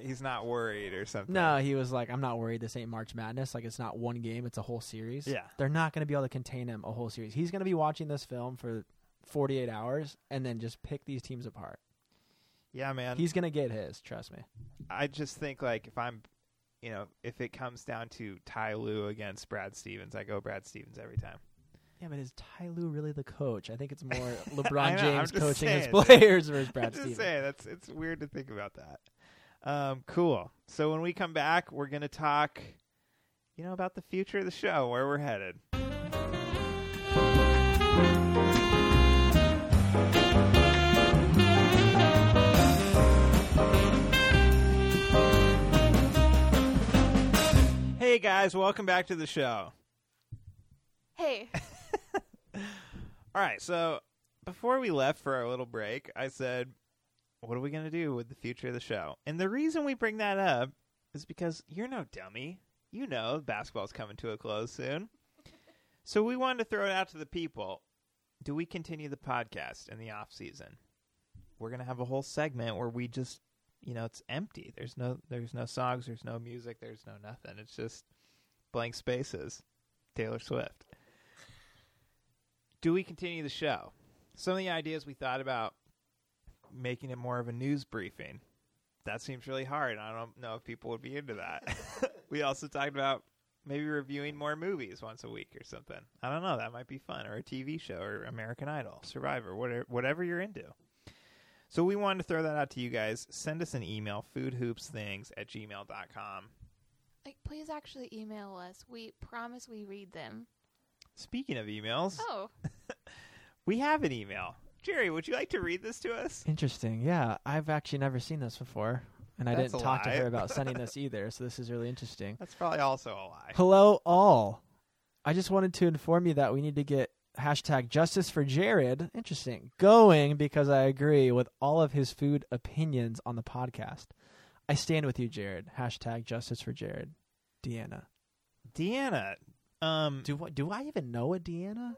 Speaker 2: He's not worried or something.
Speaker 1: No, he was like, I'm not worried. This ain't March Madness. Like, it's not one game, it's a whole series.
Speaker 2: Yeah.
Speaker 1: They're not going to be able to contain him a whole series. He's going to be watching this film for 48 hours and then just pick these teams apart.
Speaker 2: Yeah, man.
Speaker 1: He's going to get his, trust me.
Speaker 2: I just think like if I'm, you know, if it comes down to Ty Lue against Brad Stevens, I go Brad Stevens every time.
Speaker 1: Yeah, but is Ty Lue really the coach? I think it's more
Speaker 2: I
Speaker 1: LeBron
Speaker 2: know, I'm
Speaker 1: James
Speaker 2: just
Speaker 1: coaching his
Speaker 2: saying.
Speaker 1: players versus
Speaker 2: I'm
Speaker 1: Brad
Speaker 2: just
Speaker 1: Stevens.
Speaker 2: saying that's it's weird to think about that. Um, cool. So when we come back, we're gonna talk, you know, about the future of the show, where we're headed. Hey guys, welcome back to the show.
Speaker 3: Hey,
Speaker 2: All right, so before we left for our little break, I said, "What are we going to do with the future of the show?" And the reason we bring that up is because you're no dummy. You know basketball's coming to a close soon. so we wanted to throw it out to the people. Do we continue the podcast in the off season? We're going to have a whole segment where we just, you know, it's empty. There's no there's no songs, there's no music, there's no nothing. It's just blank spaces. Taylor Swift do we continue the show? Some of the ideas we thought about making it more of a news briefing. That seems really hard. I don't know if people would be into that. we also talked about maybe reviewing more movies once a week or something. I don't know. That might be fun, or a TV show, or American Idol, Survivor, whatever, whatever you're into. So we wanted to throw that out to you guys. Send us an email, foodhoopsthings at gmail.com.
Speaker 3: like please actually email us. We promise we read them.
Speaker 2: Speaking of emails,
Speaker 3: Oh,
Speaker 2: we have an email. Jerry, would you like to read this to us?
Speaker 1: Interesting. Yeah, I've actually never seen this before, and I
Speaker 2: That's
Speaker 1: didn't
Speaker 2: a
Speaker 1: talk to
Speaker 2: lie.
Speaker 1: her about sending this either. So this is really interesting.
Speaker 2: That's probably also a lie.
Speaker 1: Hello, all. I just wanted to inform you that we need to get hashtag justice for Jared. Interesting. Going because I agree with all of his food opinions on the podcast. I stand with you, Jared. Hashtag justice for Jared. Deanna.
Speaker 2: Deanna. Um,
Speaker 1: Do what? Do I even know a Deanna?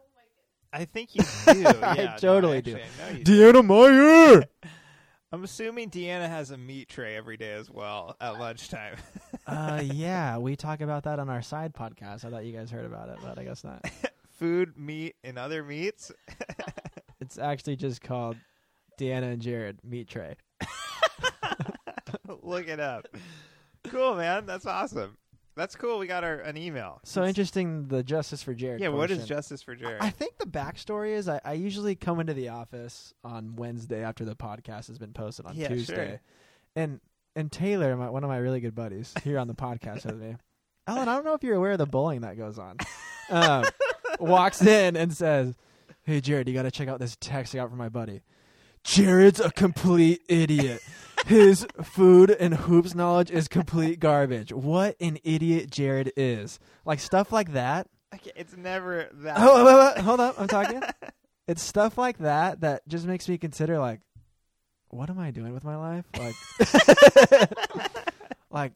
Speaker 2: I think you do. Yeah,
Speaker 1: I
Speaker 2: no,
Speaker 1: totally
Speaker 2: actually,
Speaker 1: do.
Speaker 2: I know you do.
Speaker 1: Deanna Meyer.
Speaker 2: I'm assuming Deanna has a meat tray every day as well at lunchtime.
Speaker 1: uh, yeah, we talk about that on our side podcast. I thought you guys heard about it, but I guess not.
Speaker 2: Food, meat, and other meats.
Speaker 1: It's actually just called Deanna and Jared Meat Tray.
Speaker 2: Look it up. Cool, man. That's awesome. That's cool. We got our an email.
Speaker 1: So
Speaker 2: It's-
Speaker 1: interesting. The justice for Jared.
Speaker 2: Yeah. What is
Speaker 1: portion.
Speaker 2: justice for Jared?
Speaker 1: I think the backstory is I, I usually come into the office on Wednesday after the podcast has been posted on
Speaker 2: Yeah, sure.
Speaker 1: Tuesday, and and Taylor, my, one of my really good buddies here on the podcast with me, Alan, I don't know if you're aware of the bullying that goes on. Um, walks in and says, "Hey Jared, you got to check out this text I got from my buddy. Jared's a complete idiot." His food and hoops knowledge is complete garbage. What an idiot Jared is. Like stuff like that
Speaker 2: Okay, it's never that.
Speaker 1: Oh, wait, wait, wait, hold up, I'm talking. it's stuff like that that just makes me consider like, what am I doing with my life? Like, like,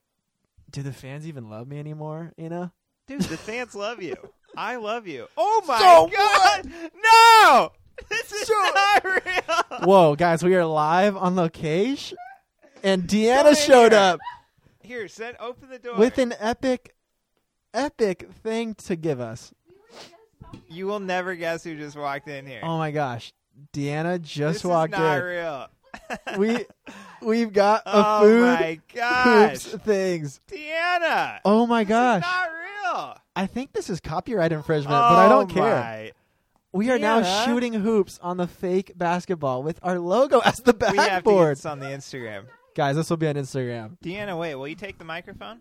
Speaker 1: do the fans even love me anymore? You know?
Speaker 2: dude, the fans love you. I love you. Oh my
Speaker 1: So
Speaker 2: god! No, this is
Speaker 1: So-
Speaker 2: not real.
Speaker 1: Whoa, guys, we are live on location, and Deanna
Speaker 2: in
Speaker 1: showed
Speaker 2: here.
Speaker 1: up
Speaker 2: Here, send open the door.
Speaker 1: with an epic, epic thing to give us.
Speaker 2: You will never guess who just walked in here.
Speaker 1: Oh my gosh, Deanna Oh, just
Speaker 2: this
Speaker 1: walked
Speaker 2: is not
Speaker 1: in.
Speaker 2: real.
Speaker 1: We we've got a
Speaker 2: oh
Speaker 1: food
Speaker 2: my gosh,
Speaker 1: hoops things.
Speaker 2: Deanna!
Speaker 1: Oh my
Speaker 2: this
Speaker 1: gosh.
Speaker 2: is not real.
Speaker 1: I think this is copyright infringement, but I don't
Speaker 2: Oh
Speaker 1: care.
Speaker 2: my.
Speaker 1: We are now
Speaker 2: Deanna.
Speaker 1: shooting hoops on the fake basketball with our logo as the
Speaker 2: We have to get
Speaker 1: backboard.
Speaker 2: this on the Instagram.
Speaker 1: Guys, this will be on Instagram.
Speaker 2: Deanna, wait, will you take the microphone?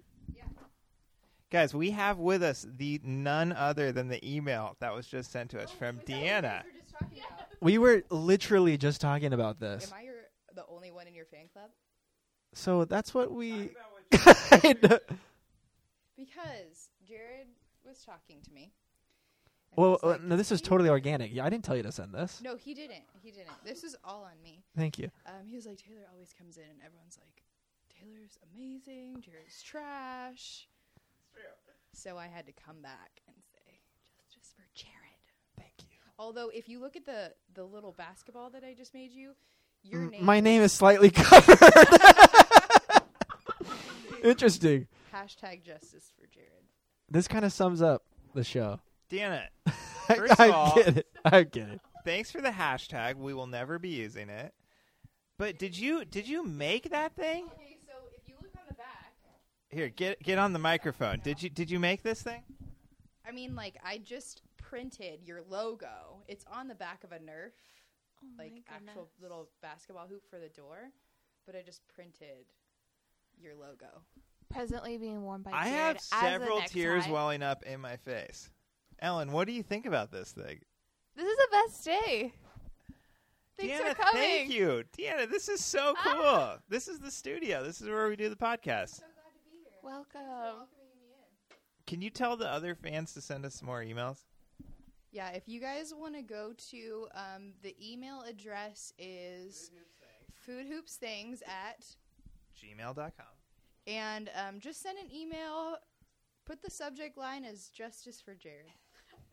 Speaker 2: Guys, we have with us the none other than the email that was just sent to
Speaker 4: Oh,
Speaker 2: us from Deanna.
Speaker 4: We're just talking about.
Speaker 1: We were literally just talking about this.
Speaker 4: Am I your, the only one in your fan club?
Speaker 1: So that's what we. I know.
Speaker 4: Because Jared was talking to me. and
Speaker 1: well,
Speaker 4: he's
Speaker 1: uh,
Speaker 4: like,
Speaker 1: no, this is
Speaker 4: "Do you-"
Speaker 1: totally organic. Yeah, I didn't tell you to send this.
Speaker 4: No, he didn't. He didn't. This is all on me.
Speaker 1: Thank you.
Speaker 4: Um, he was like, Taylor always comes in, and everyone's like, Taylor's amazing. Jared's trash. So I had to come back and say, justice for Jared.
Speaker 1: Thank you.
Speaker 4: Although, if you look at the the little basketball that I just made you, your
Speaker 1: Mm,
Speaker 4: name
Speaker 1: My
Speaker 4: is
Speaker 1: name is slightly covered. Interesting.
Speaker 4: hashtag justice for Jared.
Speaker 1: This kind of sums up the show.
Speaker 2: Deanna,
Speaker 1: I-
Speaker 2: First of
Speaker 1: I,
Speaker 2: all-
Speaker 1: get it. I get it.
Speaker 2: thanks for the hashtag. We will never be using it. But did you did you make that thing?
Speaker 4: Okay, so if you look on the back,
Speaker 2: Here, get get on the microphone. Did you did you make this thing?
Speaker 4: I mean, like I just printed your logo. It's on the back of a Nerf,
Speaker 3: Oh my
Speaker 4: like actual
Speaker 3: goodness.
Speaker 4: little basketball hoop for the door, but I just printed your logo.
Speaker 3: presently being worn by
Speaker 2: I
Speaker 3: Jared
Speaker 2: have
Speaker 3: as a
Speaker 2: several
Speaker 3: necktie.
Speaker 2: tears welling up in my face. Ellen, what do you think about this thing?
Speaker 3: This is the best day. Thanks
Speaker 2: Deanna,
Speaker 3: for coming. Ah.
Speaker 2: thank you. Deanna, this is so cool. This is the studio. This is where we do the podcast.
Speaker 4: glad to be here.
Speaker 3: Welcome.
Speaker 2: Can you tell the other fans to send us some more emails?
Speaker 4: Yeah, if you guys want to go to um, the email address is foodhoopsthings at
Speaker 2: Gmail.com.
Speaker 4: and um, just send an email. Put the subject line as justice for Jared.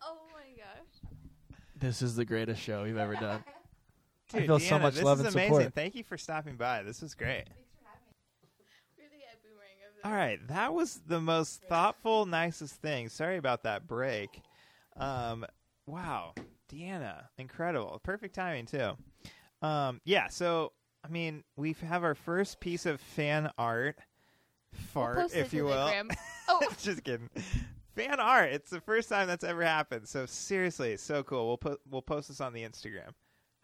Speaker 3: Oh my gosh.
Speaker 1: This is the greatest show we've ever done. I
Speaker 2: Dude,
Speaker 1: feel so
Speaker 2: Deanna,
Speaker 1: much
Speaker 2: this
Speaker 1: love
Speaker 2: is
Speaker 1: and
Speaker 2: amazing.
Speaker 1: support.
Speaker 2: Thank you for stopping by. This was great.
Speaker 3: We're the head boomerang of
Speaker 2: All right, that was the most thoughtful, nicest thing. Sorry about that break. Um, wow, Deanna, incredible, perfect timing too. Um, yeah, so I mean, we have our first piece of fan art, fart,
Speaker 3: post it
Speaker 2: if
Speaker 3: to
Speaker 2: you
Speaker 3: the
Speaker 2: will.
Speaker 3: gram. Oh.
Speaker 2: just kidding. Fan art. It's the first time that's ever happened. So seriously, it's so cool. We'll put we'll post this on the Instagram.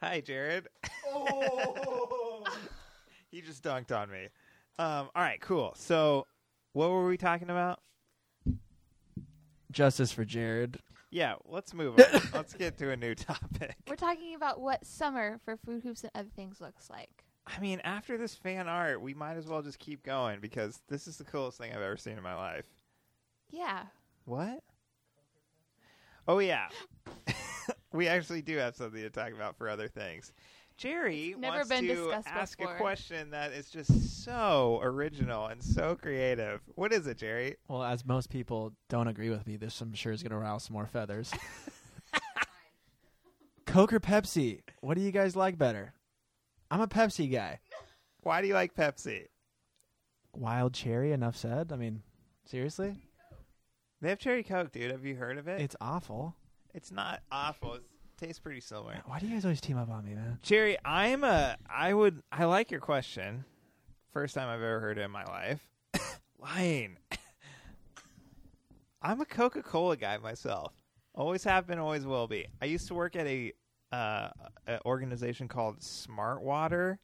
Speaker 2: Hi, Jared. he just dunked on me. Um, all right, cool. So what were we talking about?
Speaker 1: Justice for Jared.
Speaker 2: Yeah, let's move on. let's get to a new topic.
Speaker 3: We're talking about what summer for food hoops and other things looks like.
Speaker 2: I mean, after this fan art, we might as well just keep going because this is the coolest thing I've ever seen in my life.
Speaker 3: Yeah.
Speaker 2: What? Oh yeah. we actually do have something to talk about for other things. Jerry
Speaker 3: It's never
Speaker 2: wants
Speaker 3: been
Speaker 2: to
Speaker 3: discussed
Speaker 2: ask
Speaker 3: before.
Speaker 2: a question that is just so original and so creative. What is it, Jerry?
Speaker 1: Well, as most people don't agree with me, this I'm sure is going to rouse some more feathers. Coke or Pepsi? What do you guys like better? I'm a Pepsi guy.
Speaker 2: Why do you like Pepsi?
Speaker 1: Wild cherry, enough said. I mean, seriously?
Speaker 2: They have cherry coke, dude. Have you heard of it?
Speaker 1: It's awful.
Speaker 2: it's not awful. It tastes pretty similar.
Speaker 1: Why do you guys always team up on me, man?
Speaker 2: Jerry, I'm a I would I like your question. First time I've ever heard it in my life. Lying. I'm a Coca-Cola guy myself. Always have been, always will be. I used to work at a uh, a organization called Smart Water,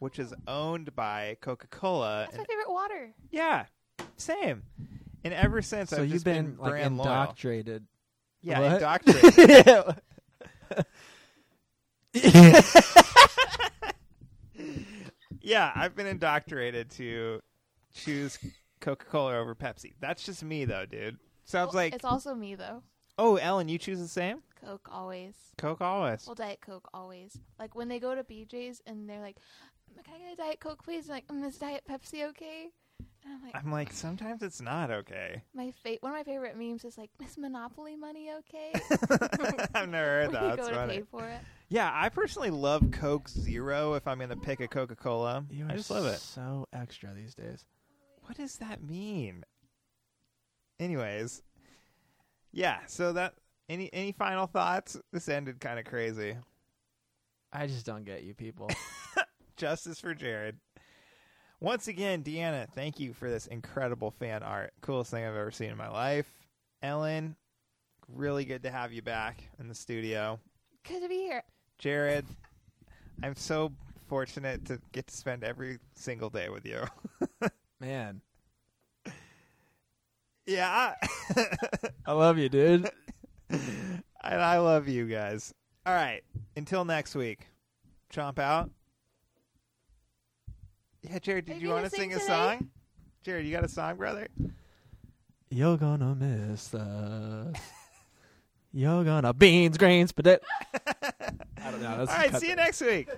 Speaker 2: which is owned by Coca-Cola.
Speaker 3: That's
Speaker 2: Uh,
Speaker 3: my
Speaker 2: And,
Speaker 3: favorite water.
Speaker 2: yeah, same. And ever since,
Speaker 1: So
Speaker 2: I've
Speaker 1: you've
Speaker 2: just
Speaker 1: been, like
Speaker 2: brand loyal.
Speaker 1: indoctrinated.
Speaker 2: Yeah,
Speaker 1: What?
Speaker 2: indoctrinated. Yeah, I've been indoctrinated to choose Coca Cola over Pepsi. That's just me, though, dude. Sounds
Speaker 3: Well,
Speaker 2: like,
Speaker 3: it's also me though.
Speaker 2: oh, Ellen, you choose the same?
Speaker 3: Coke always.
Speaker 2: Coke always.
Speaker 3: Well, Diet Coke always. Like when they go to BJ's and they're like, "Mm, "Can I get a Diet Coke, please?" And like, mm, "Is Diet Pepsi okay?" And I'm like,
Speaker 2: I'm like, sometimes it's not okay.
Speaker 3: my fa- one of my favorite memes is like, "Is Monopoly money okay?"
Speaker 2: I've never heard
Speaker 3: When you
Speaker 2: that.
Speaker 3: go
Speaker 2: That's
Speaker 3: to pay
Speaker 2: funny.
Speaker 3: for it.
Speaker 2: Yeah, I personally love Coke Zero if I'm going to pick a Coca Cola.
Speaker 1: you are
Speaker 2: I just love it.
Speaker 1: so extra these days.
Speaker 2: What does that mean? Anyways, yeah, so that. Any any final thoughts? This ended kind of crazy.
Speaker 1: I just don't get you people.
Speaker 2: Justice for Jared. Once again, Deanna, thank you for this incredible fan art. Coolest thing I've ever seen in my life. Ellen, really good to have you back in the studio.
Speaker 3: Good to be here.
Speaker 2: Jared, I'm so fortunate to get to spend every single day with you.
Speaker 1: Man,
Speaker 2: yeah.
Speaker 1: I love you, dude.
Speaker 2: and I love you guys. All right. Until next week. Chomp out. Yeah, Jared,
Speaker 3: Are
Speaker 2: did
Speaker 3: you
Speaker 2: you want
Speaker 3: gonna
Speaker 2: to sing
Speaker 3: sing
Speaker 2: a
Speaker 3: today?
Speaker 2: song? Jared, you got a song, brother?
Speaker 1: You're gonna miss us. You're gonna beans, grains, potato. I don't know.
Speaker 2: All
Speaker 1: Let's
Speaker 2: right,
Speaker 1: cut
Speaker 2: see you
Speaker 1: that.
Speaker 2: next week.